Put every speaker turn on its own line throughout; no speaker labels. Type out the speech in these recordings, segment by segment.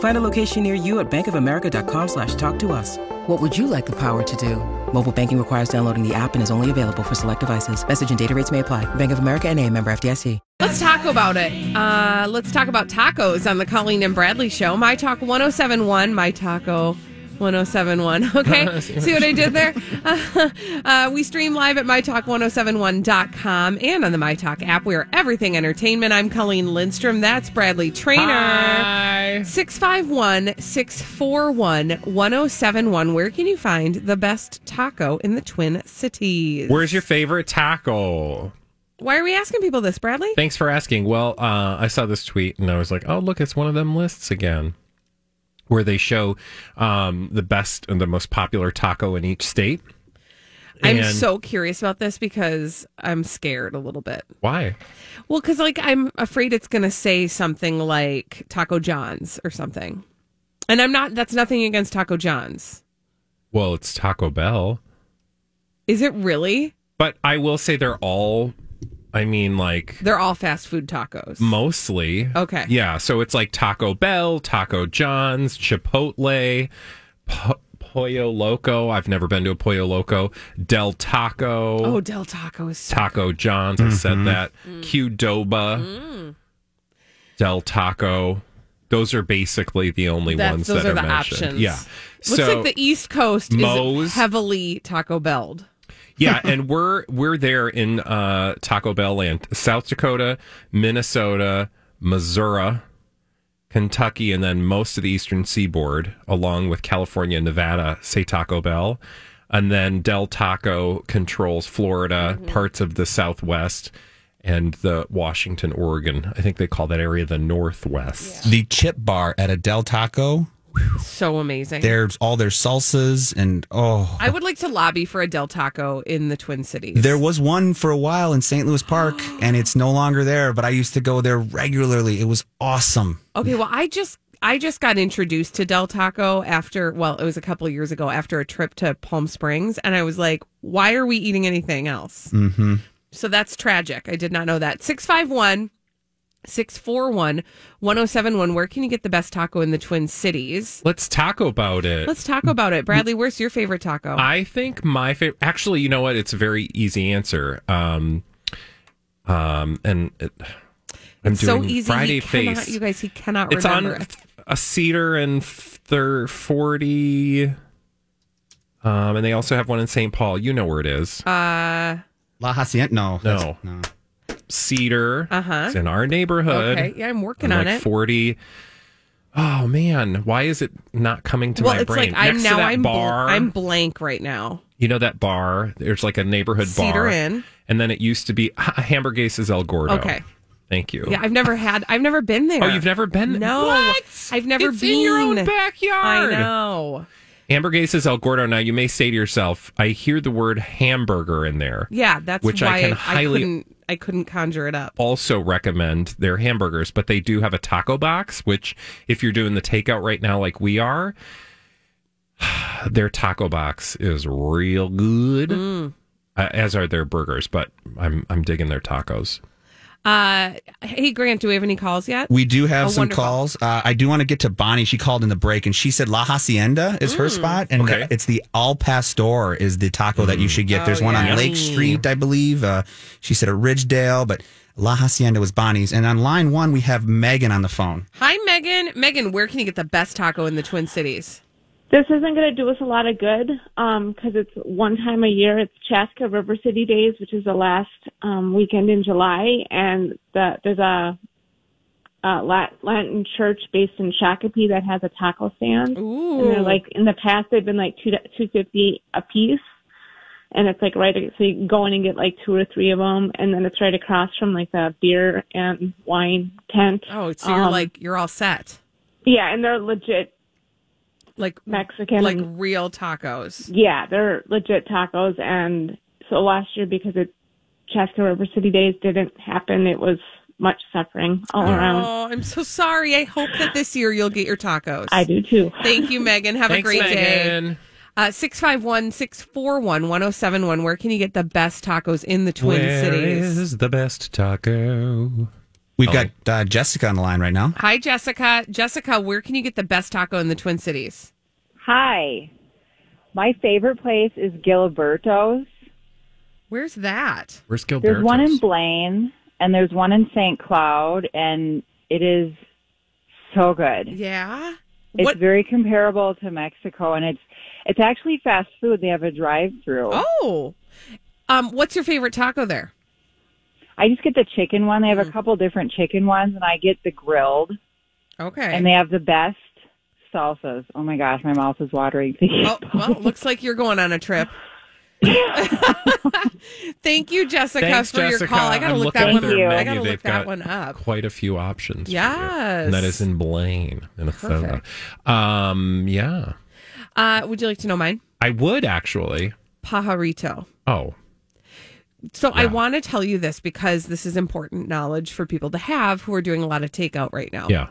Find a location near you at bankofamerica.com slash talk to us. What would you like the power to do? Mobile banking requires downloading the app and is only available for select devices. Message and data rates may apply. Bank of America and a member FDIC.
Let's talk about it. Uh, let's talk about tacos on the Colleen and Bradley show. My Talk 1071, My Taco 1071. Okay, see what I did there? Uh, uh, we stream live at MyTalk1071.com and on the MyTalk app. We are everything entertainment. I'm Colleen Lindstrom. That's Bradley Trainer.
Hi.
651 641 1071. Where can you find the best taco in the Twin Cities?
Where's your favorite taco?
Why are we asking people this, Bradley?
Thanks for asking. Well, uh, I saw this tweet and I was like, oh, look, it's one of them lists again where they show um, the best and the most popular taco in each state.
I'm
And-
so curious about this because I'm scared a little bit.
Why?
Well, because like I'm afraid it's going to say something like Taco John's or something, and I'm not. That's nothing against Taco John's.
Well, it's Taco Bell.
Is it really?
But I will say they're all, I mean, like
They're all fast food tacos.
mostly.
Okay.
Yeah. So it's like Taco Bell, Taco John's, Chipotle, po- Pollo Loco. I've never been to a Pollo Loco. Del Taco.
oh, Del Taco is.
Taco John's. I said that.
Mm.
Qdoba, Del Taco. Those are basically the only
That's-
ones
those
that
are the
mentioned.
options.
Yeah.
Looks like the East Coast
Moe's.
is heavily Taco Belled.
yeah, and we're we're there in uh, Taco Bell land, South Dakota, Minnesota, Missouri, Kentucky, and then most of the Eastern Seaboard, along with California and Nevada, say Taco Bell, and then Del Taco controls Florida, parts of the Southwest, and the Washington, Oregon. I think they call that area the Northwest.
The chip bar at a Del Taco.
So amazing.
There's all their salsas and oh,
I would like to lobby for a Del Taco in the Twin Cities.
there was one for a while in St. Louis Park and it's no longer there. But I used to go there regularly. It was awesome.
Okay, well, I just I just got introduced to Del Taco after well, it was a couple years ago after a trip to Palm Springs, and I was like, why are we eating anything else? Mm-hmm. So that's tragic. I did not know that. 651 641 1071. Where can you get the best taco in the Twin Cities?
Let's talk about it.
Let's talk about it. Bradley, where's your favorite taco?
I think my favorite. Actually, you know what? It's a very easy answer. Um, um, and it, I'm
It's so
doing
easy.
Friday
he cannot-
Face.
you guys, he cannot
it's on
remember. it.
a Cedar and thir- forty. Um, and they also have one in St. Paul. You know where it is.
Uh,
La Hacienda. No, that's-
No.
no.
Cedar. Uh huh. It's in our neighborhood.
Uh-huh. Okay, yeah, I'm working
And,
on
like
it.
Forty. Oh man, why is it not coming to
well,
my
it's
brain?
like I'm
Next
now
to that
I'm bl-
bar,
I'm blank right now.
you know that bar. There's like a neighborhood
Cedar
bar.
Inn.
and then it used to be Hamburgase is El Gordo.
Okay.
Thank you.
Yeah, I've never had. I've never been there.
oh, you've never been?
No,
What?
I've never
It's
been.
in your own backyard.
I know.
Hamburgase is El Gordo. Now you may say to yourself, I hear the word hamburger in there.
Yeah, that's
Which I
why
can
I,
highly-
couldn't. I couldn't conjure it up.
Also recommend their hamburgers, but they do have a taco box, which if you're doing the takeout right now, like we are, their taco box is real good.
Mm.
Uh, as are their burgers, but I'm I'm digging their tacos.
Uh, hey Grant, do we have any calls yet?
We do have
Oh,
some
wonderful.
calls. Uh, I do want to get to Bonnie. She called in the break and she said La Hacienda is her spot, and
Okay.
it's the Al Pastor is the taco that you should get. There's one
yeah.
on Lake Street, I believe. Uh, she said a Ridgedale, but La Hacienda was Bonnie's. And on line one, we have Megan on the phone.
Hi Megan. Megan, where can you get the best taco in the Twin Cities?
This isn't going to do us a lot of good um, 'cause it's one time a year. It's Chaska River City Days, which is the last um, weekend in July, and the, there's a, a Lat- Latin church based in Shakopee that has a taco stand. And
Ooh.
they're like in the past they've been like two two fifty a piece, and it's like right so you go in and get like two or three of them, and then it's right across from like the beer and wine tent.
oh, so you're
Um,
like you're all set.
yeah, and they're legit
Like
Mexican.
like
and-
real tacos.
yeah, they're legit tacos. And so last year because it Chaska River City Days didn't happen, it was much suffering all around.
Oh, I'm so sorry. I hope that this year you'll get your tacos.
I do too.
Thank you, Megan. Have a
Thanks,
great day.
Megan.
Uh, 651-641-1071. Where can you get the best tacos in the Twin
Where
Cities?
is the best taco?
We've got uh, Jessica on the line right now.
Hi, Jessica. Jessica, where can you get the best taco in the Twin Cities?
Hi. My favorite place is Gilberto's.
Where's that?
Where's Gilberto's?
There's one in Blaine and there's one in St. Cloud and it is so good.
Yeah.
It's
What?
very comparable to Mexico and it's it's actually fast food. They have a drive through.
Oh. Um, what's your favorite taco there?
I just get the chicken one. They have
Mm.
a couple different chicken ones and I get the grilled
Okay.
and they have the best salsas. Oh my gosh, my mouth is watering. thinking
Oh,
about
well, looks like you're going on a trip. Thank you, Jessica,
Thanks,
for your
Jessica.
call. I gotta
I'm
look
looking
that
at
one.
their
Thank you.
I
menu.
gotta
They've
look that
got
one up.
Quite a few options. for you.
Yes.
And that is in Blaine, Minnesota. Um, yeah.
Uh, would you like to know mine?
I would actually.
Pajarito.
Oh,
So I want to tell you this because this is important knowledge for people to have who are doing a lot of takeout right now.
yeah.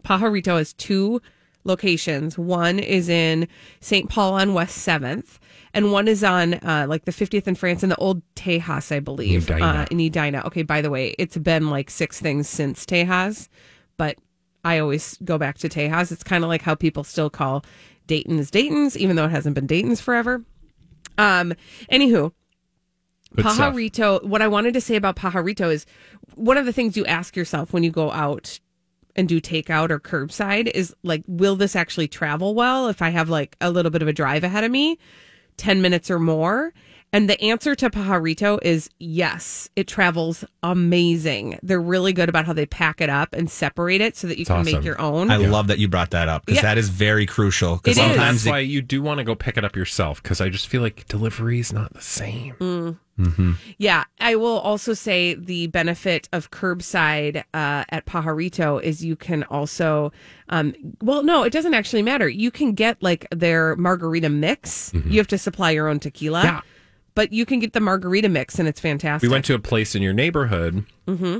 Pajarito has two locations. One is in St. Paul on West 7th, and one is on uh, like the 50th in France in the old Tejas, I believe,
Edina.
Uh, in Edina. Okay, by the way, it's been like six things since Tejas, but I always go back to Tejas. It's kind of like how people still call Dayton's Dayton's, even though it hasn't been Dayton's forever. Um, anywho,
Good stuff.
Pajarito, what I wanted to say about Pajarito is one of the things you ask yourself when you go out and do takeout or curbside is like, will this actually travel well if I have like a little bit of a drive ahead of me, 10 minutes or more? And the answer to Pajarito is yes, it travels amazing. They're really good about how they pack it up and separate it so that you can
awesome.
make your own.
I love that you brought that up because
Yeah.
that is very crucial. Because
It is.
sometimes
That's why you do want to go pick it up yourself because I just feel like delivery is not the same.
Yeah, I will also say the benefit of curbside uh, at Pajarito is you can also, um, well, no, it doesn't actually matter. You can get like their margarita mix. You have to supply your own tequila,
Mm-hmm. Yeah.
but you can get the margarita mix, and it's fantastic.
We went to a place in your neighborhood. Mm-hmm.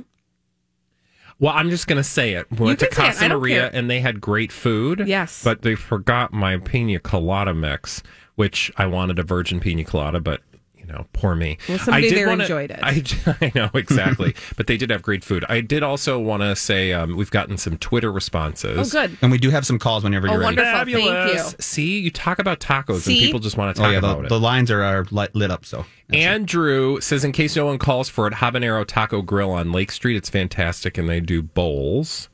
Well, I'm just going to say it. We
You
went to
can say it. I
Casa
don't
Maria
care.
and they had great food.
Yes.
But they forgot my pina colada mix, which I wanted a virgin pina colada, but. You know, poor me.
Well, somebody
I did
there
wanna-
enjoyed it.
I, I know exactly, but they did have great food. I did also want to say um, we've gotten some Twitter
oh,
responses.
good.
and we do have some calls whenever
Oh,
you're ready.
wonderful. Thank you.
Fabulous. See, you talk about tacos
See?
and people just want to
Oh
talk
yeah,
about
the,
it.
the lines are, are lit, lit up. So
Andrew says, in case no one calls for it, Habanero Taco Grill on Lake Street. It's fantastic, and they do bowls.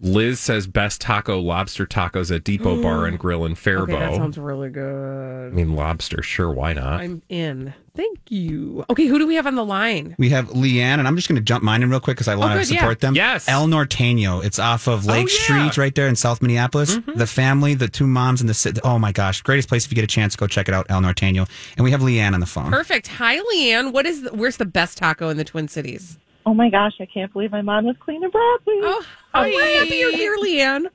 Liz says, best taco, lobster tacos at Depot Bar and Grill in
Mm. Okay, that
Faribault.
sounds really
I
good.
mean, lobster, sure, why not?
I'm in. Thank you. Okay, who do we have on the line?
we have Leanne, and I'm just going to jump mine in real quick because I want
Oh, good, Oh,
to support them.
Yes.
El Norteño. It's off of Lake
yeah.
Street, right there in South Minneapolis.
Mm-hmm.
The family, the two moms, and the si- oh my gosh, greatest place if you get a chance, go check it out, El Norteño. And we have Leanne on the phone.
Perfect. Hi, Leanne. What is? The, where's the best taco in the Twin Cities?
Oh my gosh, I can't believe I'm on with Cleaner Bradley.
Oh, hi.
Hi.
happy you're here, Leanne.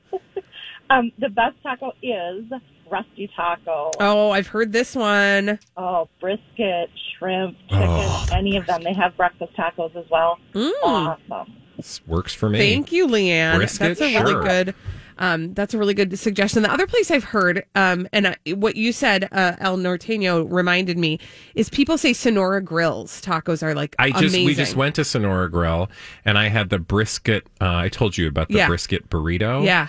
Um, the best taco is Rusty Taco.
Oh, I've heard this one.
Oh, brisket, shrimp, chicken,
Oh, the
any of them. They have breakfast tacos as well.
Mm.
Awesome.
This works for me.
Thank you, Leanne.
Brisket?
that's a really
Sure.
good. Um, that's a really good suggestion. The other place I've heard, um, and I, what you said, uh, El Norteño reminded me, is people say Sonora Grills tacos are like
I just
amazing.
we just went to Sonora Grill and I had the brisket. Uh, I told you about the
Yeah.
brisket burrito.
Yeah,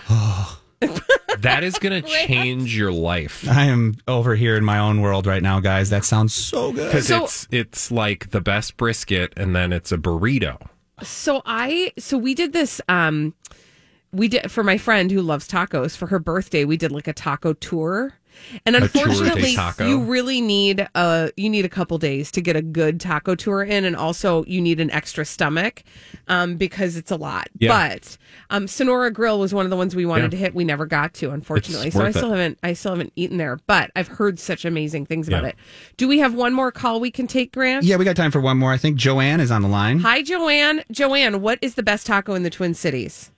that is going to change your life
I am over here in my own world right now, guys. That sounds so good.
because
So-
it's it's like the best brisket and then it's a burrito.
so I so we did this um we did for my friend who loves tacos for her birthday. We did like a taco tour, and
tour de
unfortunately,
taco?
you really need a you need a couple days to get a good taco tour in, and also you need an extra stomach um, because it's a lot.
Yeah.
But um, Sonora Grill was one of the ones we wanted
Yeah.
to hit. We never got to, unfortunately.
It's
So I
worth
still
it.
haven't I still haven't eaten there, but I've heard such amazing things about
Yeah.
it. Do we have one more call we can take, Grant?
Yeah, we got time for one more. I think Joanne is on the line.
Hi, Joanne. Joanne, what is the best taco in the Twin Cities?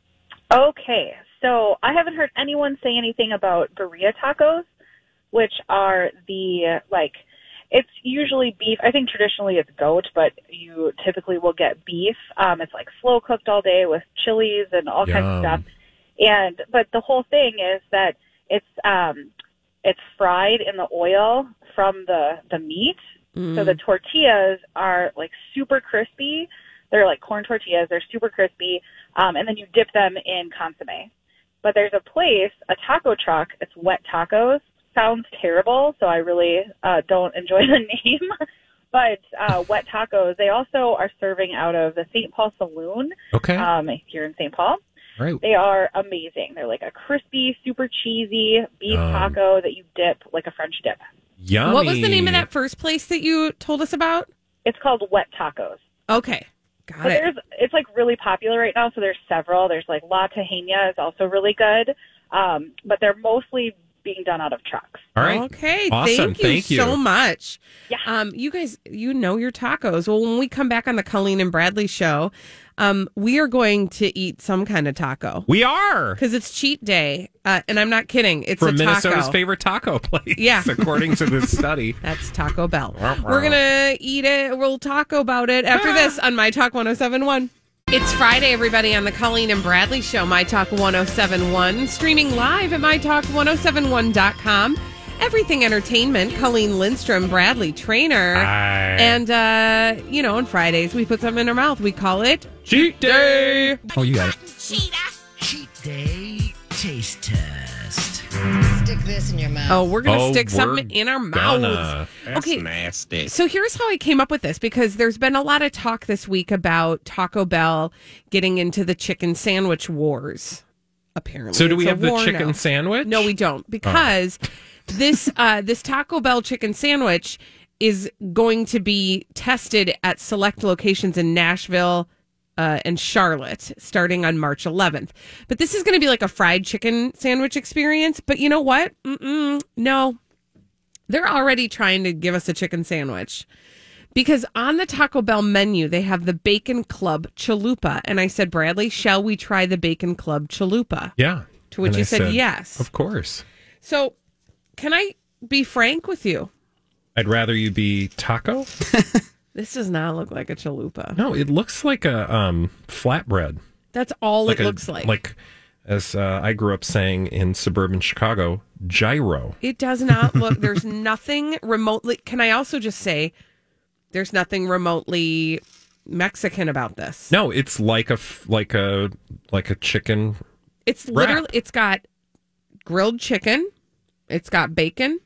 Okay, so I haven't heard anyone say anything about burrito tacos, which are the like it's usually beef. I think traditionally it's goat, but you typically will get beef. Um, it's like slow cooked all day with chilies and all kinds of
Yum.
stuff. And but the whole thing is that it's um, it's fried in the oil from the the meat, so the tortillas are like super crispy. They're like corn tortillas. They're super crispy. Um, and then you dip them in consomme. But there's a place, a taco truck. It's Wet Tacos. Sounds terrible, so I really uh, don't enjoy the name. but uh, Wet Tacos. They also are serving out of the St. Paul Saloon
Okay.
Uh,
um, here in St. Paul.
Right.
They are amazing. They're like a crispy, super cheesy beef
Yum.
taco that you dip like a French dip.
Yummy.
What was the name of that first place that you told us about?
It's called Wet Tacos.
Okay. Got
But
it.
there's it's like really popular right now, so there's several. There's like La Tejena is also really good. Um, but they're mostly being done out of trucks.
All right.
Okay.
Awesome.
Thank you so
you.
much.
Yeah.
Um, you guys, you know your tacos. Well, when we come back on the Colleen and Bradley show, um, we are going to eat some kind of taco
We are
because it's cheat day. Uh, and I'm not kidding. It's
from
a
Minnesota's
taco.
favorite taco place.
Yeah.
According to this study.
That's Taco Bell. We're going to eat it. We'll talk about it
Ah.
after this on My Talk 1071. It's Friday, everybody, on the Colleen and Bradley Show, My Talk 1071, streaming live at MyTalk1071.com. Everything Entertainment, Colleen Lindstrom, Bradley Trainer. And, uh, you know, on Fridays, we put something in our mouth. We call it
Cheat day.
Oh, you got it.
Cheat day taste test.
Stick this in your mouth.
Oh, we're gonna
Oh,
stick
we're
something in our mouths.
gonna.
okay,
nasty.
So here's how I came up with this because there's been a lot of talk this week about Taco Bell getting into the chicken sandwich wars. Apparently,
So do we
It's a
have the
war
chicken
now.
sandwich? Oh.
No, we don't because this uh, this Taco Bell chicken sandwich is going to be tested at select locations in Nashville. Uh, and Charlotte starting on March 11th. But this is going to be like a fried chicken sandwich experience. But you know what? Mm-mm, no, they're already trying to give us a chicken sandwich because on the Taco Bell menu they have the Bacon Club Chalupa, and I said, Bradley, shall we try the Bacon Club Chalupa?
Yeah.
To which
And
you
I
said yes.
Of course.
So, can I be frank with you?
I'd rather you be taco.
This does not look like a chalupa.
No, it looks like a um, flatbread.
That's all it
a-
looks like.
Like as uh, I grew up saying in suburban Chicago, gyro.
it does not look. There's nothing remotely. Can I also just say, there's nothing remotely Mexican about this.
No, it's like a f- like a like a chicken.
It's
Wrap.
literally. It's got grilled chicken. It's got bacon.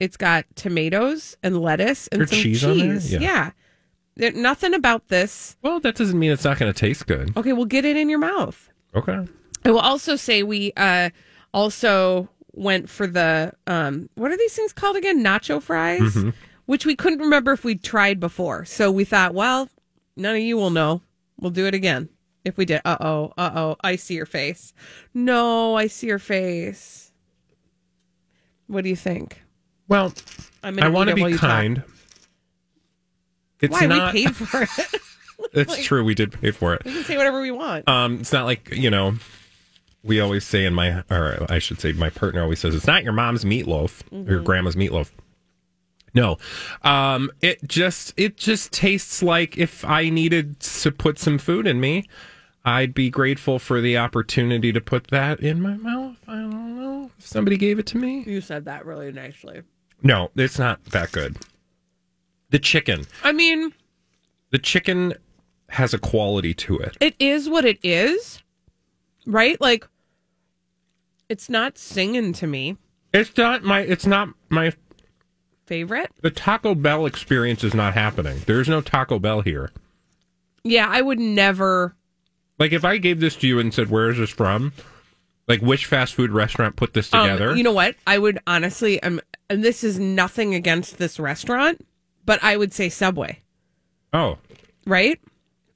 It's got tomatoes and lettuce and
There's
some
cheese on there?
cheese.
Yeah.
Yeah. There, nothing about this.
Well, that doesn't mean it's not going to taste good.
Okay, well, get it in your mouth.
Okay.
I will also say we uh, also went for the um, what are these things called again? Nacho fries,
Mm-hmm.
which we couldn't remember if we'd tried before. So we thought, well, none of you will know. We'll do it again if we did. Uh oh, uh oh, I see your face. No, I see your face. What do you think?
Well,
I'm
I
eat
want
it
to
while
be
you talk.
kind. It's
Why
not.
we paid for it?
it's true. We did pay for it.
we can say whatever we want.
Um, it's not like you know. We always say in my, or I should say, my partner always says, "It's not your mom's meatloaf or
Mm-hmm.
your grandma's meatloaf." No, um, it just it just tastes like if I needed to put some food in me, I'd be grateful for the opportunity to put that in my mouth. I don't know if somebody gave it to me.
you said that really nicely.
No, it's not that good. The chicken.
I mean,
The chicken has a quality to it.
it is what it is, right? Like, it's not singing to me.
It's not my it's not my
Favorite?
the Taco Bell experience is not happening. There's no Taco Bell here.
Yeah, I would never
Like if I gave this to you and said, "Where is this from?" Like which fast food restaurant put this
Um,
together?
you know what? I would honestly, um, and this is nothing against this restaurant, but I would say Subway,
oh,
right?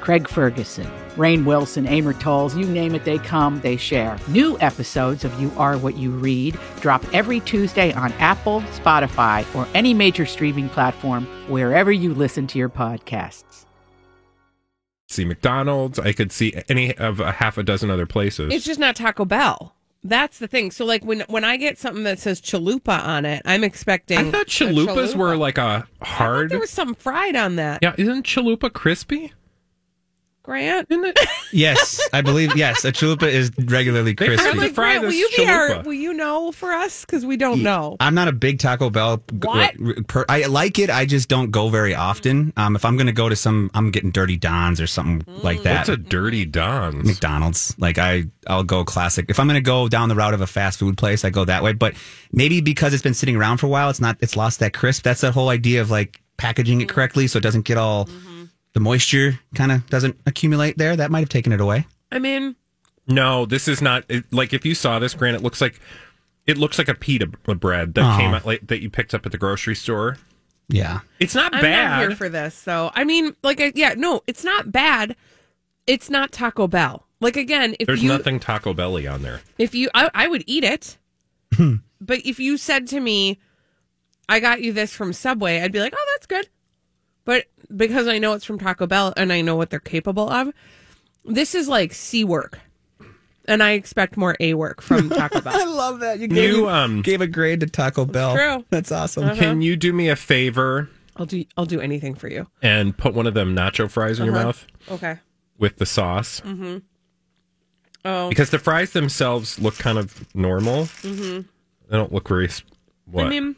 Craig Ferguson, Rain Wilson, Amor Tolls, you name it, they come, they share. New episodes of You Are What You Read drop every Tuesday on Apple, Spotify, or any major streaming platform wherever you listen to your podcasts.
see McDonald's. I could see any of a half a dozen other places.
It's just not Taco Bell. That's the thing. So, like when when I get something that says chalupa on it, I'm expecting.
I thought
a
chalupas
chalupa.
were like a hard.
There was something fried on that.
yeah, isn't chalupa crispy?
Grant,
Yes, I believe yes. A chalupa is regularly
forgot
crispy.
to
I'm like
fry
Grant, will
this
you be our?
chalupa.
Will you know for us because we don't know.
I'm not a big Taco Bell. g-
What?
r- per- I like it. I just don't go very often. Um, if I'm going to go to some, I'm getting Dirty Don's or something
Mm.
like that.
What's a dirty Don's?
McDonald's. Like I, I'll go classic. If I'm going to go down the route of a fast food place, I go that way. But maybe because it's been sitting around for a while, it's not. It's lost that crisp. That's the whole idea of like packaging
Mm.
it correctly so it doesn't get all
Mm-hmm.
the moisture kind of doesn't accumulate there. That might have taken it away.
I mean,
No, this is not it, like if you saw this, Grant. It looks like it looks like a pita b- bread that
Oh.
came out like, that you picked up at the grocery store.
Yeah.
It's not
I'm
bad.
not here for this, though. I mean, like, I, yeah, no, it's not bad. It's not Taco Bell. Like again, if
There's
you
nothing Taco Belly on there.
if you I, I would eat it, but if you said to me, "I got you this from Subway," I'd be like, "Oh, that's good," but because I know it's from Taco Bell and I know what they're capable of, this is like C work, and I expect more A work from Taco Bell.
love that. You
gave- You, um,
gave a grade to Taco Bell.
true.
That's awesome.
uh-huh.
Can you do me a favor
I'll do I'll do anything for you.
and put one of them nacho fries in your
Uh-huh.
mouth
Okay.
with the sauce?
Oh,
Because the fries themselves look kind of normal.
Mhm.
They don't look very. s- What?
I mean,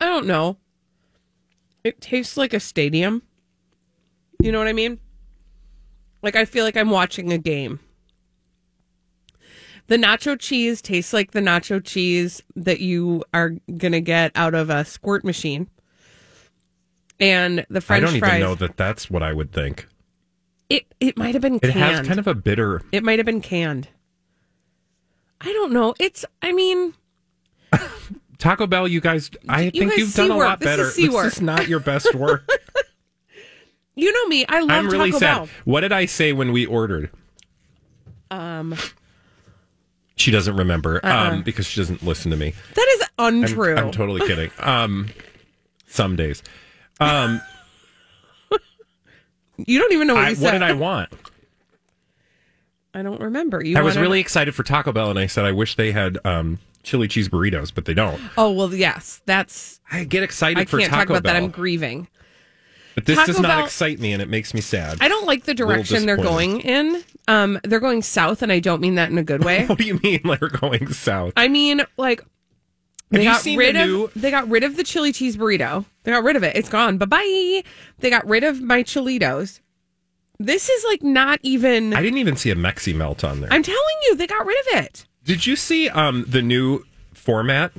I don't know. It tastes like a stadium. You know what I mean? Like I feel like I'm watching a game. The nacho cheese tastes like the nacho cheese that you are gonna get out of a squirt machine, and the
I
French
don't
fries.
even know that that's what I would think.
It it might have been
It
canned.
has kind of a bitter.
It might have been canned. I don't know. It's. I mean.
Taco Bell, you guys, I think
guys
you've done
see
a
work.
lot
This is
better.
see work.
is not your best work.
You know me. I love
I'm really
Taco
sad.
Bell.
What did I say when we ordered?
Um,
She doesn't remember
Uh-uh.
um, because she doesn't listen to me.
that is
I'm-
untrue.
I'm, totally kidding. Um, some days. Um,
you don't even know what
I,
Oh, you
what
said.
did I want?
I don't remember. You.
I was
wanted-
really excited for Taco Bell, and I said I wish they had um, chili cheese burritos, but they don't.
Oh well, yes. That's.
I get excited
I
for
can't
Taco
talk about
Bell,
that. I'm grieving.
but this does
Taco
not
Bell-
excite me, and it makes me sad.
I don't like the
Little
direction they're
disappointed.
going in. Um, they're going south, and I don't mean that in a good way.
What do you mean? Like we're going south?
I mean like. They
you
got
seen
rid
the
of
new-
they got rid of the chili cheese burrito. They got rid of it. It's gone. Bye bye. They got rid of my Cholitos. This is like not even.
I didn't even see a Mexi melt on there.
I'm telling you, they got rid of it.
Did you see um, the new format?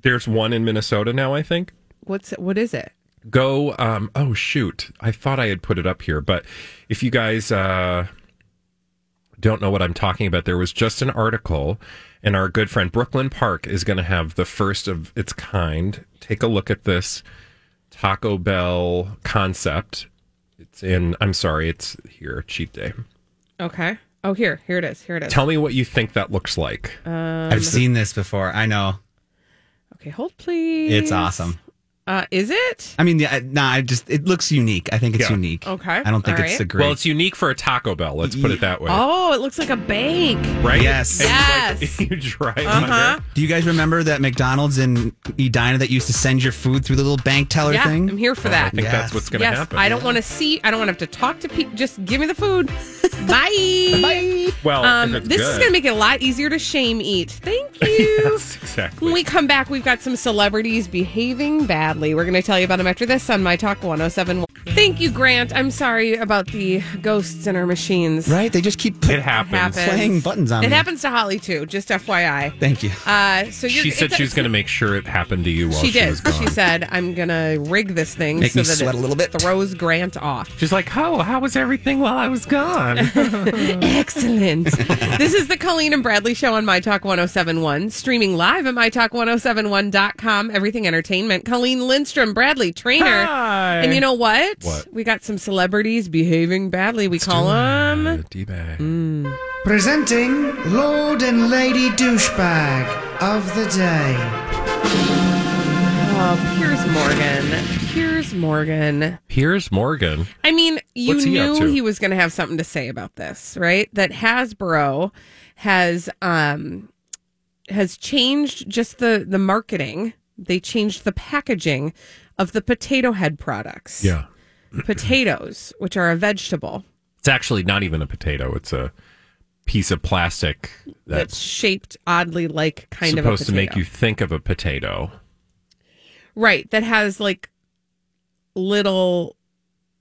There's one in Minnesota now, I think.
What's what is it?
Go, um, oh shoot, I thought I had put it up here, but if you guys uh, don't know what I'm talking about, there was just an article, and our good friend Brooklyn Park is going to have the first of its kind. Take a look at this Taco Bell concept. It's in, I'm sorry, it's here, cheat day.
Okay. Oh, here, here it is. Here it is.
Tell me what you think that looks like.
Um,
I've seen this before. I know
Okay, hold please.
it's awesome.
Uh, is it?
I mean, yeah, I- nah, I just it looks unique. I think it's
Yeah.
unique.
Okay.
I don't think
All
it's
right.
the great.
Well, it's unique for a Taco Bell. Let's put it that way.
Oh, it looks like a bank.
Right?
Yes.
And you, like,
Yes.
you drive
Uh-huh.
under.
Do you guys remember that McDonald's in Edina that used to send your food through the little bank teller
yeah,
thing?
I'm here for that.
I think
Yes.
that's what's going to
yes,
happen.
I don't want to see. I don't want to have to talk to people. Just give me the food. Bye. Bye.
Well, if
um,
it's
this is
good.
going to make it a lot easier to shame eat. Thank you.
Yes, exactly.
When we come back, we've got some celebrities behaving badly. We're going to tell you about them after this on My Talk 1071. Thank you, Grant. I'm sorry about the ghosts in our machines.
Right? They just keep put-
It happens.
Happens.
playing buttons on
It
me.
happens to Holly too. Just FYI.
Thank you.
Uh, so you're,
She said
it's-
she was going to make sure it happened to you while she,
She did.
was gone.
She said, "I'm gonna rig this thing
Make
so
me
that
sweat
it
a little bit.
throws Grant off."
She's like, oh, how was everything while I was gone?
Excellent. this is the Colleen and Bradley show on My Talk 1071, streaming live at mytalk1071.com. Everything Entertainment. Colleen Lindstrom, Bradley Trainer.
Hi.
And you know what?
What?
We got some celebrities behaving badly. We call them
D-bag.
Presenting Lord and Lady Douchebag of the Day.
oh, Piers Morgan. Piers Morgan.
Here's Morgan.
I mean, you
What's he up
knew
to?
he was going to have something to say about this, right? That Hasbro has um has changed just the the marketing. They changed the packaging of the potato head products.
Yeah.
Potatoes, which are a vegetable
It's actually not even a potato. It's a piece of plastic
that's
that's
shaped oddly like kind of a
supposed
potato.
to make you think of a potato.
Right, that has like little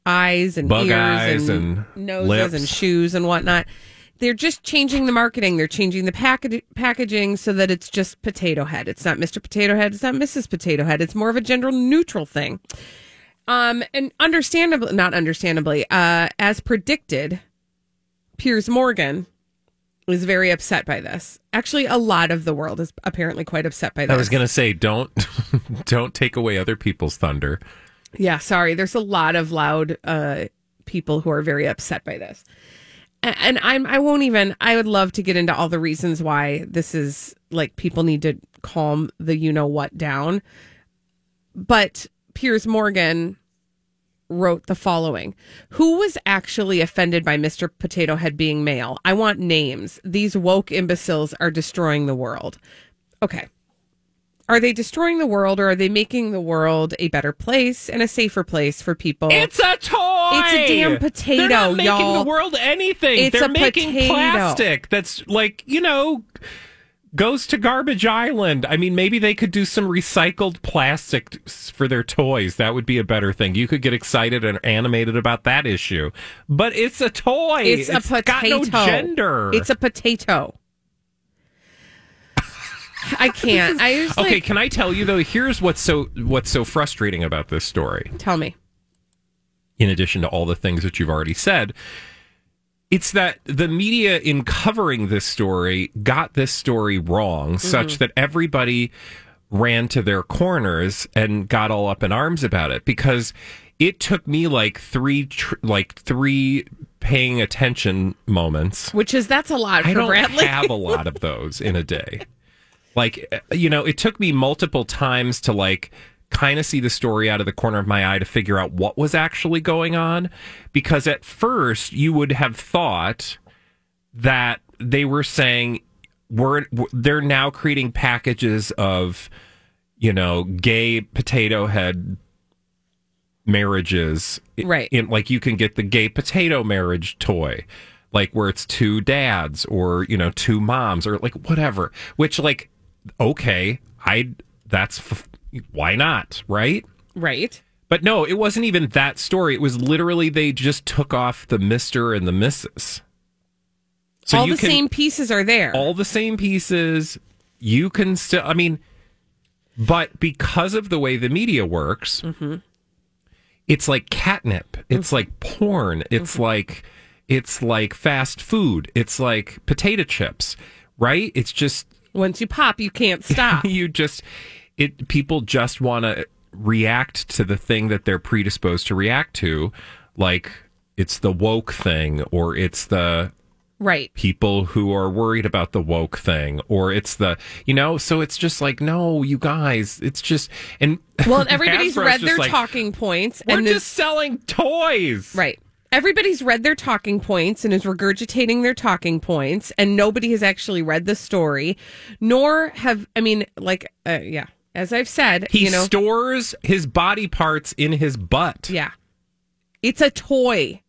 eyes and
Bug
ears
eyes
and,
and
noses
lips.
and shoes and whatnot. They're just changing the marketing. They're changing the package- packaging so that it's just potato head. It's not Mr. Potato Head. It's not Mrs. Potato Head. It's more of a gender neutral thing. Um, and understandably, not understandably, uh, as predicted, Piers Morgan was very upset by this. Actually, a lot of the world is apparently quite upset by this.
I was going to say, don't don't take away other people's thunder.
Yeah, sorry. There's a lot of loud uh, people who are very upset by this, A- and I'm I won't even. I would love to get into all the reasons why this is like people need to calm the you know what down. But Piers Morgan wrote the following: Who was actually offended by Mr. Potato Head being male? I want names. These woke imbeciles are destroying the world. Okay are they destroying the world or are they making the world a better place and a safer place for people?
It's a toy.
It's a damn potato,
They're not making
y'all.
the world anything.
It's
They're
a
making
potato.
plastic that's like you know goes to garbage island. I mean, maybe they could do some recycled plastic s- for their toys. That would be a better thing. You could get excited and animated about that issue. But it's a toy.
it's, a potato.
Got no gender.
It's a potato. I can't. I just
okay.
like,
can I tell you though? Here's what's so what's so frustrating about this story.
tell me.
in addition to all the things that you've already said, it's that the media in covering this story got this story wrong, such that everybody ran to their corners and got all up in arms about it because it took me like three tr- like three paying attention moments
Which is that's a lot for
I don't
Bradley.
have a lot of those in a day. Like, uh, you know, it took me multiple times to like kind of see the story out of the corner of my eye to figure out what was actually going on. Because at first, you would have thought that they were saying we're w- they're now creating packages of you know gay potato head marriages I-
Right.
in, like you can get the gay potato marriage toy like where it's two dads or you know two moms or like whatever which like okay i that's f- why not right
right.
but no it wasn't even that story it was literally they just took off the mister and the missus
all the same pieces are there.
all the same pieces. You can still, I mean, but because of the way the media works, it's like catnip. It's like porn. It's like it's like fast food. It's like potato chips, right? It's just
Once you pop, you can't stop.
you just it people just want to react to the thing that they're predisposed to react to like it's the woke thing or it's the
Right.
people who are worried about the woke thing or it's the you know so it's just like no you guys it's just and
Well, and everybody's
Hasbro's
read
just
their
like,
talking points.
we're
and
just
is-
selling toys
Right. Everybody's read their talking points and is regurgitating their talking points, and nobody has actually read the story, nor have, I mean, like, uh, yeah, as I've said,
he
you know,
stores his body parts in his butt
yeah, it's a toy.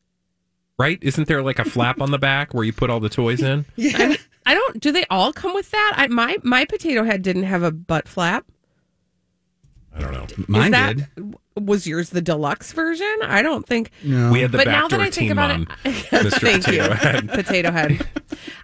right isn't there like a flap on the back where you put all the toys in
Yeah. I, mean, I don't, do they all come with that? I, my, my potato head didn't have a butt flap.
i don't know
Is that, Was yours the deluxe version? I don't think.
No. We had the
but now that
backdoor
I think
Teen
about
Mom,
it,
Mr.
Thank
Potato
you.
Head.
Potato head.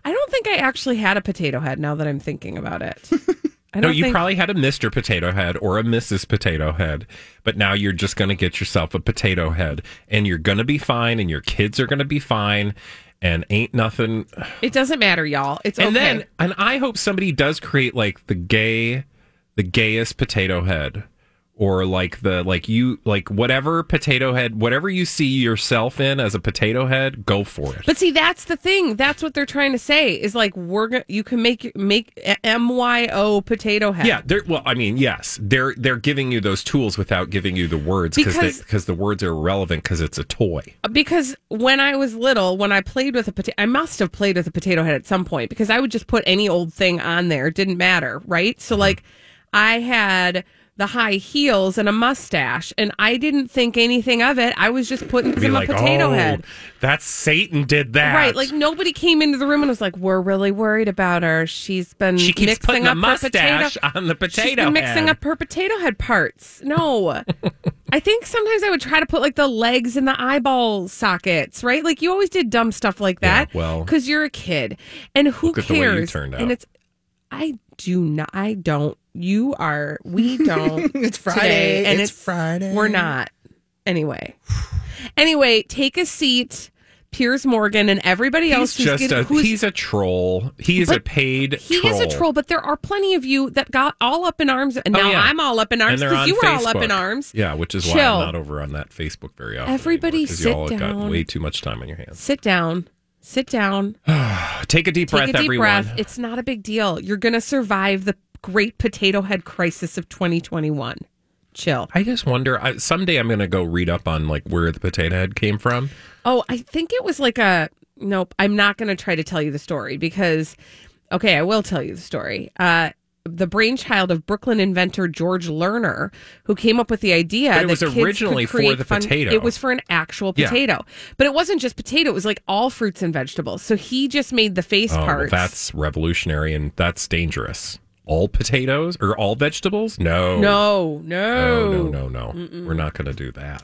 I don't think I actually had a potato head. Now that I'm thinking about it, I
no
don't
you
think-
probably had a mr potato head or a mrs potato head but now you're just going to get yourself a potato head and you're going to be fine and your kids are going to be fine and ain't nothing
it doesn't matter, y'all. It's
and
okay.
then and I hope somebody does create like the gay the gayest potato head or like the like you like whatever potato head whatever you see yourself in as a potato head go for it.
But see, that's the thing. That's what they're trying to say is like we're gonna. You can make make M Y O potato head.
Yeah, they're well I mean yes, they're they're giving you those tools without giving you the words
Because-
cuz cuz the words are irrelevant cuz it's a toy.
Because when I was little, when I played with a potato, I must have played with a potato head at some point because I would just put any old thing on there. It didn't matter, right?
Mm-hmm.
So, like, I had the high heels and a mustache, and I didn't think anything of it. I was just putting
Be
them
like,
a potato
"Oh,
head.
that's Satan did that."
Right, like nobody came into the room and was like, "We're really worried about her. She's been
she keeps
mixing
putting a
up her potato
mustache on the potato
She's been mixing
head."
up her potato head parts. No. I think sometimes I would try to put like the legs and the eyeball sockets, right? Like you always did dumb stuff like that.
well-
because you're a kid, and who
Look at the way
cares?
you turned out.
And it's I do not. I don't. You are. We don't.
It's Friday.
today, and
It's Friday.
We're not. Anyway. Anyway, take a seat. Piers Morgan and everybody
He's
else who's
just
getting,
a
who's
he's a troll. He is a
But
paid
he
troll.
is a troll, but there are plenty of you that got all up in arms, and
Oh,
now
yeah.
I'm all up in
And
arms
they're
because
on
you were all up
Facebook.
in arms.
Yeah, which is why
Chill.
I'm not over on that Facebook very often.
Everybody
anymore, 'cause
sit
y'all have
down.
Got way too much time on your hands.
Sit down. Sit down.
Take a deep breath,
Take a deep
everyone.
breath. It's not a big deal. You're going to survive the great potato head crisis of 2021. Chill.
I just wonder. I, someday I'm going to go read up on like where the potato head came from.
Oh, I think it was like a nope. I'm not going to try to tell you the story because, okay, I will tell you the story. Uh, the brainchild of Brooklyn inventor George Lerner, who came up with the idea
But it
that
was
kids could
originally for
create
the
fun-
potato.
It was for an actual
Yeah.
potato, but it wasn't just potato. It was like all fruits and vegetables. So he just made the face
Oh, well,
parts.
that's revolutionary and that's dangerous. All potatoes or all vegetables? No,
no,
no,
no,
Oh, no, no. no.
Oh. Mm-mm.
We're not going to do that.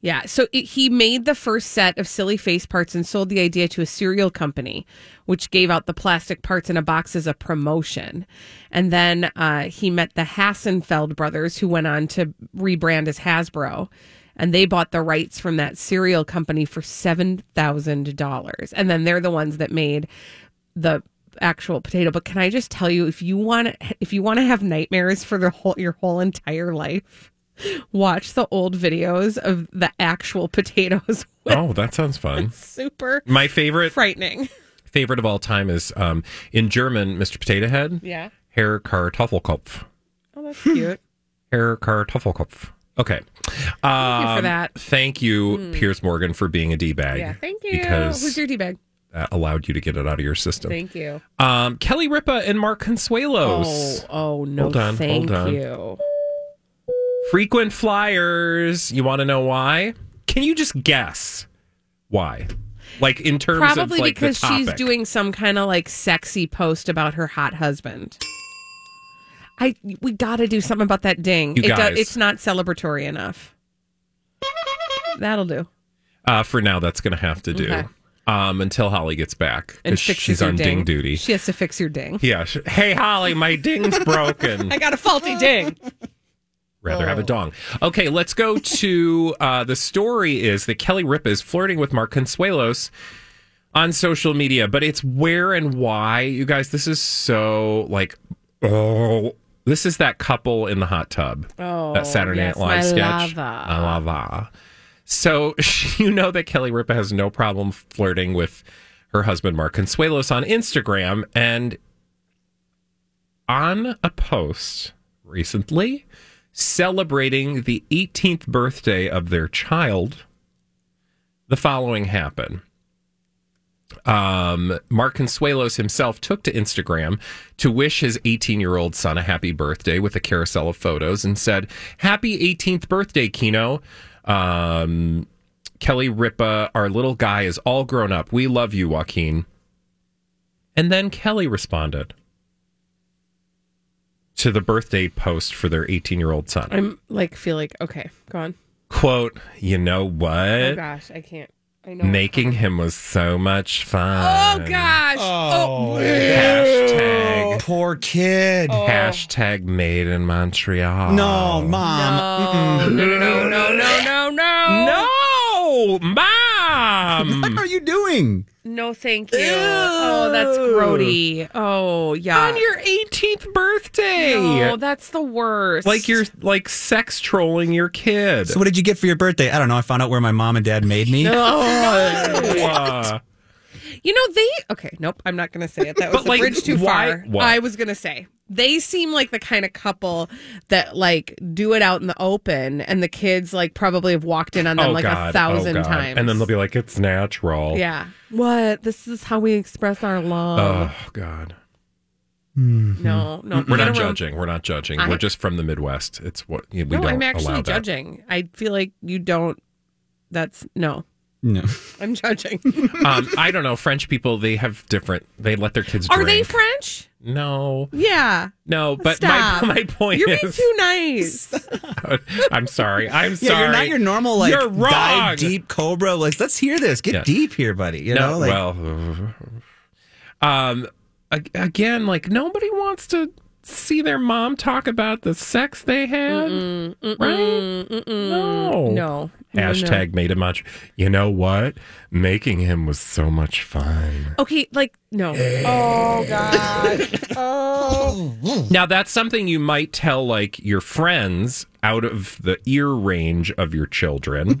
Yeah, so it, he made the first set of silly face parts and sold the idea to a cereal company, which gave out the plastic parts in a box as a promotion. And then uh, he met the Hassenfeld brothers, who went on to rebrand as Hasbro, and they bought the rights from that cereal company for seven thousand dollars. And then they're the ones that made the actual potato. But can I just tell you, if you want, if you want to have nightmares for the whole your whole entire life watch the old videos of the actual potatoes.
Oh, that sounds fun.
Super
My favorite
frightening.
favorite of all time is um, in German, Mr. Potato Head.
Yeah.
Herr Kartoffelkopf.
Oh, that's cute.
Herr Kartoffelkopf. Okay. Thank
you for that.
Thank you,
Mm.
Piers Morgan, for being a D bag.
yeah, thank you.
Because
Who's your D bag?
that allowed you to get it out of your system.
Thank you.
Um, Kelly Ripa and Mark Consuelos.
Oh, oh no,
Hold on, hold
thank
on.
you.
Frequent flyers. You want to know why? Can you just guess why? Like in terms of
Probably
like
because
the
she's
topic.
doing some kind of like sexy post about her hot husband. I we got to do something about that ding.
You
it
guys.
it's not celebratory enough. That'll do.
Uh, for now, that's going to have to do
Okay.
um, until Holly gets back
And
because
fixes
she's
your
on ding,
ding
duty.
She has to fix your ding.
Yeah. sh- Hey, Holly, my ding's broken.
I got a faulty ding.
Rather
Oh.
have a dong. Okay, let's go to uh, the story is that Kelly Ripa is flirting with Mark Consuelos on social media, but it's where and why. You guys, this is so like, oh, this is that couple in the hot tub.
Oh,
that Saturday
yes,
Night Live
my
sketch.
lava.
My lava. So you know that Kelly Ripa has no problem flirting with her husband Mark Consuelos on Instagram, and on a post recently celebrating the 18th birthday of their child, the following happened. Um, Mark Consuelos himself took to Instagram to wish his 18 year old son a happy birthday with a carousel of photos and said, Happy 18th birthday, Kino. Um, Kelly Ripa, our little guy is all grown up. We love you, Joaquin. And then Kelly responded to the birthday post for their 18 year old son.
I'm like, feel like, okay, go on.
Quote, you know what?
Oh gosh, I can't. I know.
Making him was so much fun.
Oh gosh. Oh,
Hashtag.
Poor kid.
Hashtag made in Montreal.
No,
Oh.
mom.
Oh, No, no, no, no, no, no.
No, mom.
What are you doing?
No, thank you. Oh, that's grody. Oh, yeah.
On your 18th birthday.
No, that's the worst.
like you're like sex trolling your kid.
So, what did you get for your birthday? I don't know. I found out where my mom and dad made me.
Uh,
You know, they okay, nope, I'm not gonna say it. That was
But,
the
like,
bridge too
why-
far.
what?
I was gonna say. They seem like the kind of couple that like do it out in the open and the kids like probably have walked in on them
oh,
like
God.
a thousand
oh, God.
times.
And then they'll be like, it's natural.
Yeah. What? This is how we express our love.
Oh, God.
no, no.
mm-hmm. We're
Get
not
a room.
judging. We're not judging.
I-
We're just from the Midwest. It's what we
No,
don't
I'm
allow
actually
that.
judging. I feel like you don't that's no.
No.
I'm judging.
um, I don't know. French people, they have different. They let their kids.
Are
drink.
they French?
No,
Yeah.
no. But
Stop.
my my point
You're being
is,
too nice.
I'm sorry. I'm sorry.
Yeah, you're not your normal like
You're wrong.
dive deep cobra. Like, let's hear this. Get
Yeah.
deep here, buddy. You
no,
know, like
well, um, ag- again, like nobody wants to see their mom talk about the sex they had, right? No,
No.
Hashtag made him much. You know what? Making him was so much fun.
Okay, like no. Oh gosh. Oh.
Now that's something you might tell like your friends out of the ear range of your children.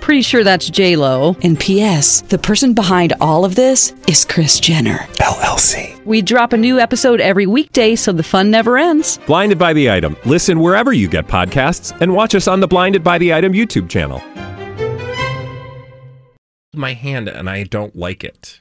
Pretty sure that's J Lo. And P.S. The person behind all of this is Chris Jenner
LLC.
We drop a new episode every weekday, so the fun never ends.
Blinded by the Item. Listen wherever you get podcasts and watch us on the Blinded by the Item YouTube channel.
my hand and I don't like it.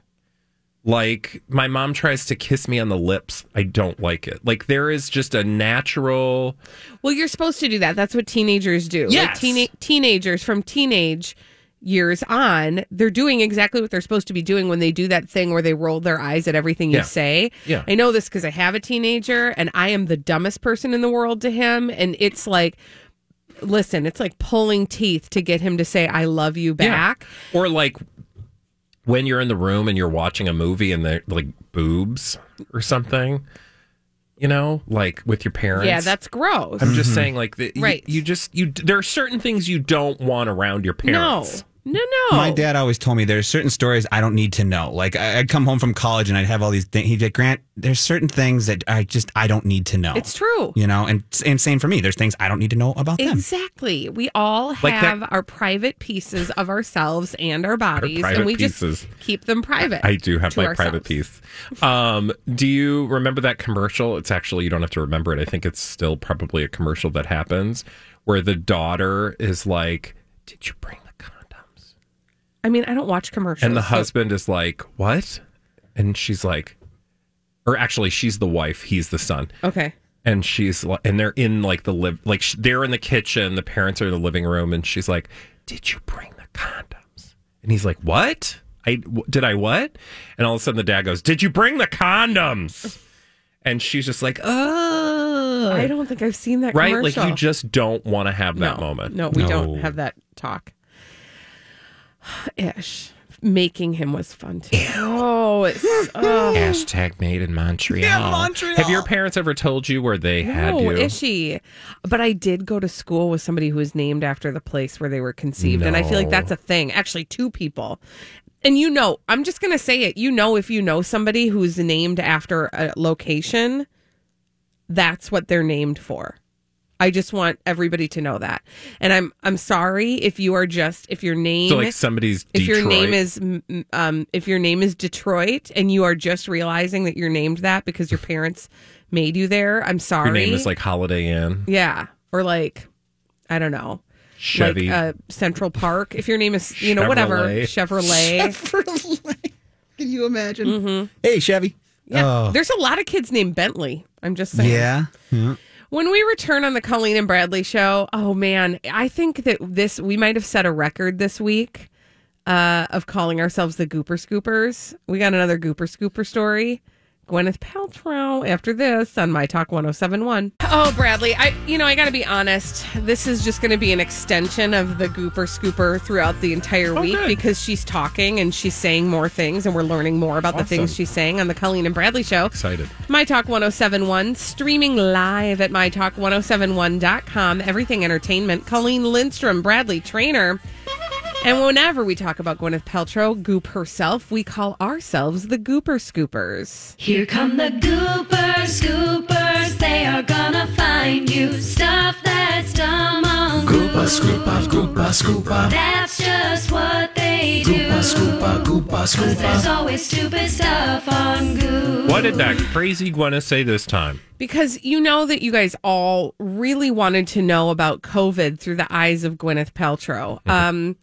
Like my mom tries to kiss me on the lips. I don't like it. Like there is just a natural
Well, you're supposed to do that. That's what teenagers do. Like
Yes.
teena- teenagers from teenage years on, they're doing exactly what they're supposed to be doing when they do that thing where they roll their eyes at everything
Yeah.
you say.
Yeah.
I know this because I have a teenager and I am the dumbest person in the world to him. And it's like, listen, it's like pulling teeth to get him to say, I love you back.
Yeah. Or like when you're in the room and you're watching a movie and they're like boobs or something. You know, like with your parents.
Yeah, that's gross.
I'm just saying, like, the, you-
Right.
You, just you. There are certain things you don't want around your
no,
parents.
no, no.
My dad always told me there's certain stories I don't need to know. Like I- I'd come home from college and I'd have all these things. He'd be like, Grant, there's certain things that I just I don't need to know.
It's true.
You know, and and same for me. There's things I don't need to know about them.
Exactly. We all
Like that-
have our private pieces of ourselves and our bodies,
private
and we
pieces.
just keep them private.
I do have
Uh, to
my
ourselves.
private piece. Um, do you remember that commercial? It's actually you don't have to remember it. I think it's still probably a commercial that happens where the daughter is like, "Did you bring the condoms?"
I mean, I don't watch commercials.
And the
so-
husband is like, "What?" And she's like, or actually, she's the wife. He's the son.
okay.
and she's li- and they're in like the live like sh- they're in the kitchen the parents are in the living room and she's like did you bring the condoms and he's like what i w- did i what and all of a sudden the dad goes did you bring the condoms and she's just like oh
I don't think I've seen that
right
commercial.
like you just don't want to have that
no,
moment
No, we
No.
don't have that talk. Ish. making him was fun too. Oh, it's oh.
Hashtag made in Montreal.
Yeah, Montreal.
Have your parents ever told you where they had
no,
you?
is she? But I did go to school with somebody who was named after the place where they were conceived, and I feel like
No.
that's a thing. Actually, two people. And you know, I'm just gonna say it. You know, if you know somebody who's named after a location, that's what they're named for. I just want everybody to know that. And I'm I'm sorry if you are just if your name
So, like, somebody's
if your name
Detroit.
is mm, um if your name is Detroit and you are just realizing that you're named that because your parents made you there. I'm sorry.
Your name is like Holiday Inn.
yeah or like I don't know
Chevy.
like uh, Central Park. If your name is you know whatever
Chevrolet.
Chevrolet.
Can you imagine?
Mhm.
Hey, Chevy.
Yeah,
Oh.
there's a lot of kids named Bentley. I'm just saying.
Yeah. yeah.
When we return on the Colleen and Bradley show, oh man, I think that this we might have set a record this week uh, of calling ourselves the Gooper Scoopers. We got another Gooper Scooper story. Gwyneth Paltrow after this on My Talk 1071. Oh, Bradley, I you know, I got to be honest. This is just going to be an extension of the Gooper Scooper throughout the entire
Oh,
week because she's talking and she's saying more things and we're learning more about the things
Awesome.
she's saying on the Colleen and Bradley show.
Excited.
My Talk 1071, streaming live at mytalk1071.com. Everything Entertainment. Colleen Lindstrom, Bradley Trainer. And whenever we talk about Gwyneth Paltrow, Goop herself, we call ourselves the Gooper Scoopers.
Here come the goopers, scoopers, they are gonna find you. Stuff that's dumb on
Goopa, scoopa, goopa, scoopa.
That's just what they do.
Goopa, scoopa, goopa,
Cause there's
scoopa.
always stupid stuff on goop.
What did that crazy Gwyneth say this time?
Because you know that you guys all really wanted to know about COVID through the eyes of Gwyneth Paltrow. Um,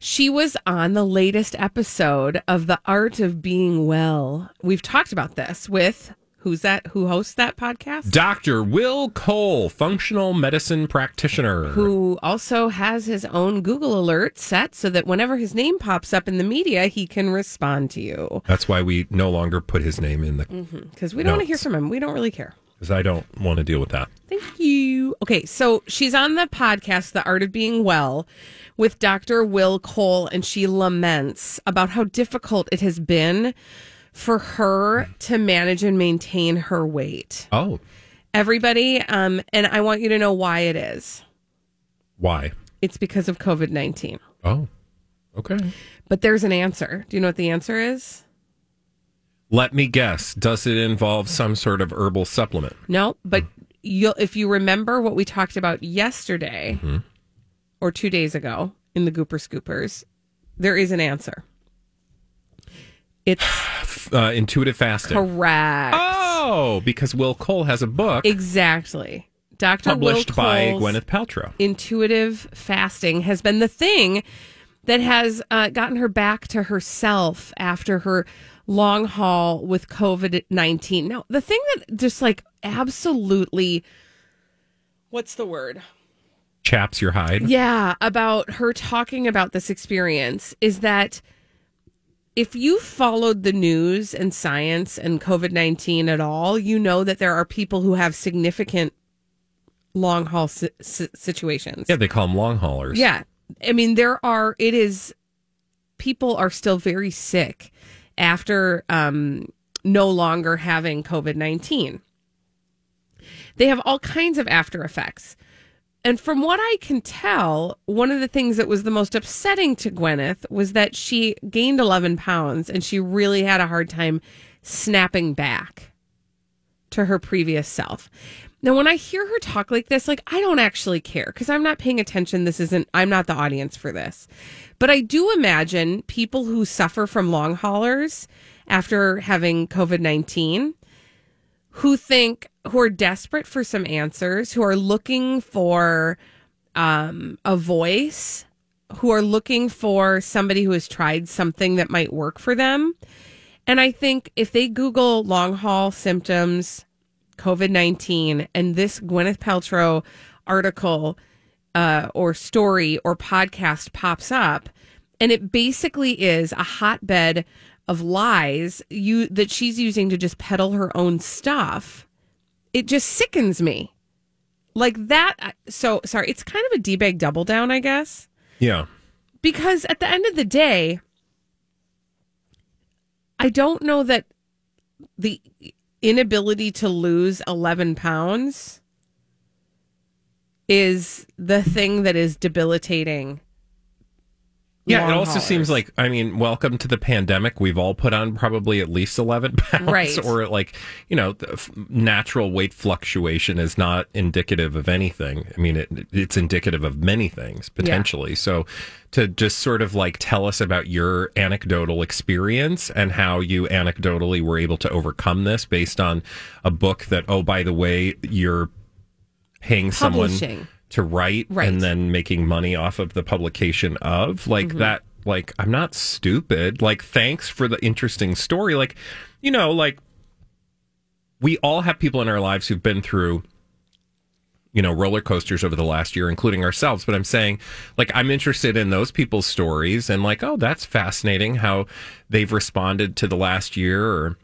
she was on the latest episode of The Art of Being Well. We've talked about this with who's that? Who hosts that podcast?
Dr. Will Cole, functional medicine practitioner.
who also has his own Google alert set so that whenever his name pops up in the media, he can respond to you.
That's why we no longer put his name in the.
Because we don't want to hear from him. We don't really care.
Because I don't want to deal with that.
Thank you. Okay, so she's on the podcast, The Art of Being Well, with Dr. Will Cole, and she laments about how difficult it has been for her to manage and maintain her weight.
Oh,
Everybody, um, and I want you to know why it is.
why?
It's because of COVID 19.
Oh, okay.
But there's an answer. Do you know what the answer is?
Let me guess. Does it involve some sort of herbal supplement?
No, but
Hmm.
you'll if you remember what we talked about yesterday
Mhm.
or two days ago in the Gooper Scoopers, there is an answer. It's
F- Uh, intuitive fasting.
correct.
Oh, because Will Cole has a book
Exactly. Dr.
published
Will
by
Cole's
Gwyneth Paltrow.
Intuitive fasting has been the thing that has uh, gotten her back to herself after her long haul with COVID 19. Now, the thing that just like absolutely, what's the word?
Chaps your hide.
Yeah, about her talking about this experience is that if you followed the news and science and COVID 19 at all, you know that there are people who have significant long haul si- si- situations.
Yeah, they call them long haulers.
Yeah. I mean, there are, it is, people are still very sick after um, no longer having COVID 19. They have all kinds of after effects. And from what I can tell, one of the things that was the most upsetting to Gwyneth was that she gained 11 pounds and she really had a hard time snapping back to her previous self. Now, when I hear her talk like this, like I don't actually care because I'm not paying attention. This isn't, I'm not the audience for this. But I do imagine people who suffer from long haulers after having COVID 19 who think, who are desperate for some answers, who are looking for um, a voice, who are looking for somebody who has tried something that might work for them. And I think if they Google long haul symptoms, COVID 19, and this Gwyneth Paltrow article uh, or story or podcast pops up, and it basically is a hotbed of lies you that she's using to just peddle her own stuff. It just sickens me. Like that. uh, So sorry. It's kind of a debag double down, I guess
Yeah.
because at the end of the day, I don't know that the inability to lose 11 pounds is the thing that is debilitating.
Yeah,
long
it also
haulers.
seems like I mean, welcome to the pandemic. We've all put on probably at least eleven pounds,
Right.
or like you know, the f- natural weight fluctuation is not indicative of anything. I mean, it, it's indicative of many things potentially. So, to just sort of like tell us about your anecdotal experience and how you anecdotally were able to overcome this, based on a book that, oh, by the way, you're paying
Publishing.
someone to write
Right.
and then making money off of the publication of like
Mhm.
that like i'm not stupid like thanks for the interesting story like you know like we all have people in our lives who've been through you know roller coasters over the last year including ourselves but i'm saying like i'm interested in those people's stories and like oh that's fascinating how they've responded to the last year or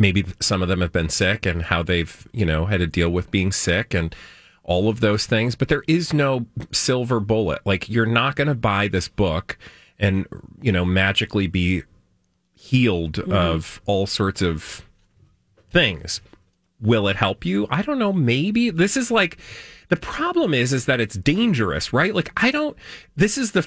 maybe some of them have been sick and how they've you know had to deal with being sick and all of those things but there is no silver bullet like you're not going to buy this book and you know magically be healed of all sorts of things will it help you i don't know maybe this is like the problem is is that it's dangerous right like i don't this is the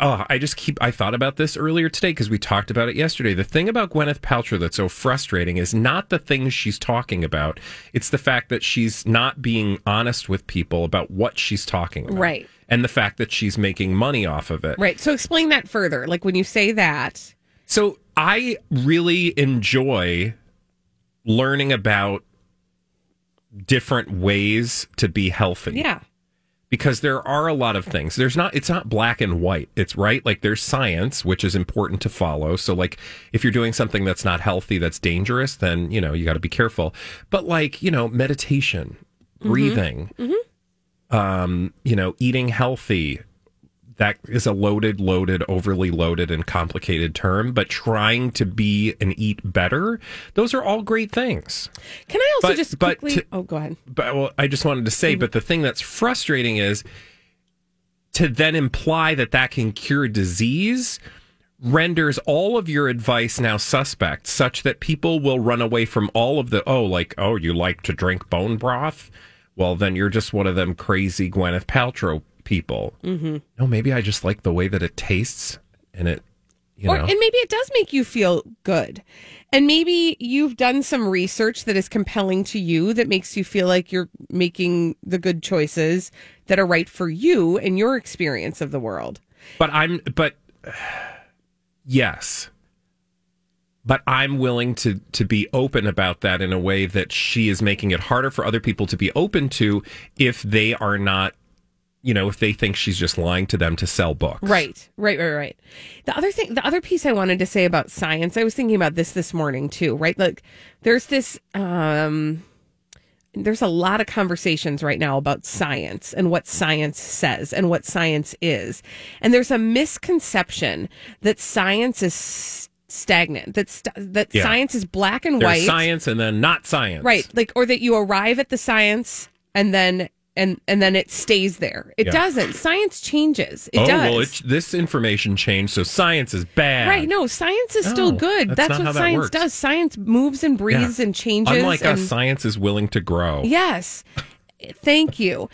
oh i just keep i thought about this earlier today because we talked about it yesterday the thing about gwyneth paltrow that's so frustrating is not the things she's talking about it's the fact that she's not being honest with people about what she's talking about
Right.
and the fact that she's making money off of it
Right. So explain that further. Like when you say that,
so I really enjoy learning about different ways to be healthy.
yeah.
Because there are a lot of things. There's not it's not black and white. It's right like there's science which is important to follow. So like if you're doing something that's not healthy, that's dangerous, then you know, you got to be careful. But like, you know, meditation, breathing, um, you know, eating healthy. That is a loaded, loaded, overly loaded, and complicated term, but trying to be and eat better, those are all great things.
Can I also
But-
just
but
quickly?
to-
oh, go ahead.
But well, I just wanted to say,
Mm-hmm.
but the thing that's frustrating is to then imply that that can cure disease renders all of your advice now suspect, such that people will run away from all of the, oh, like, oh, you like to drink bone broth? Well, then you're just one of them crazy Gwyneth Paltrow people.
Mm-hmm.
No, maybe I just like the way that it tastes and it, you
or
know.
and maybe it does make you feel good and maybe you've done some research that is compelling to you that makes you feel like you're making the good choices that are right for you and your experience of the world
But I'm, but yes, but I'm willing to to be open about that in a way that she is making it harder for other people to be open to if they are not, you know, if they think she's just lying to them to sell books.
Right, right, right, right. The other thing, the other piece I wanted to say about science, I was thinking about this this morning too, right? Like, there's this, um, there's a lot of conversations right now about science and what science says and what science is. And there's a misconception that science is s- stagnant, that, st- that
Yeah.
science is black and
There's
white.
science and then not science.
Right. Like or that you arrive at the science and then and and then it stays there. It
Yeah.
doesn't. Science changes. It
oh
does.
well, it, this information changed, so science is bad.
Right. No, science is still
No,
good.
that's
That's,
not how
what
that
science
works.
does. Science moves and breathes
Yeah.
and changes.
Unlike
and,
us, science is willing to grow.
Yes. Thank you.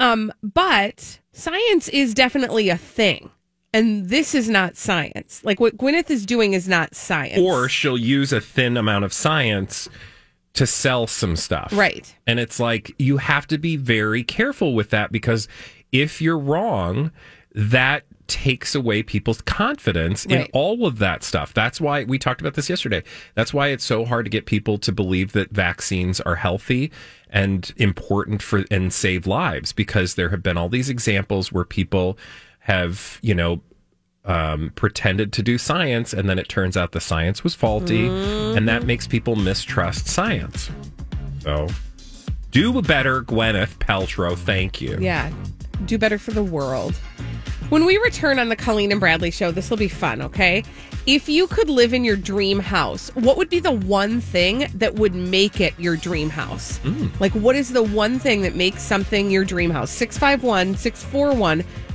Um, but science is definitely a thing. And this is not science. Like what Gwyneth is doing is not science.
Or she'll use a thin amount of science to sell some stuff.
Right.
And it's like you have to be very careful with that because if you're wrong, that takes away people's confidence in
Right.
all of that stuff. That's why we talked about this yesterday. That's why it's so hard to get people to believe that vaccines are healthy and important for and save lives because there have been all these examples where people have, you know, um, pretended to do science and then it turns out the science was faulty and that makes people mistrust science. So do better, Gwyneth Paltrow. Thank you.
Yeah. Do better for the world. When we return on the Colleen and Bradley show, this will be fun, okay? If you could live in your dream house, what would be the one thing that would make it your dream house? Like, what is the one thing that makes something your dream house? 651 oh 641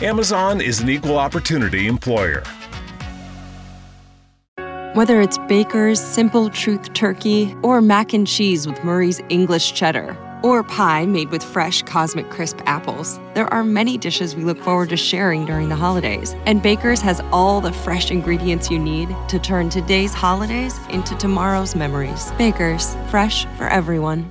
Amazon is an equal opportunity employer.
Whether it's Baker's Simple Truth Turkey or mac and cheese with Murray's English Cheddar or pie made with fresh Cosmic Crisp apples, there are many dishes we look forward to sharing during the holidays. And Baker's has all the fresh ingredients you need to turn today's holidays into tomorrow's memories. Baker's, fresh for everyone.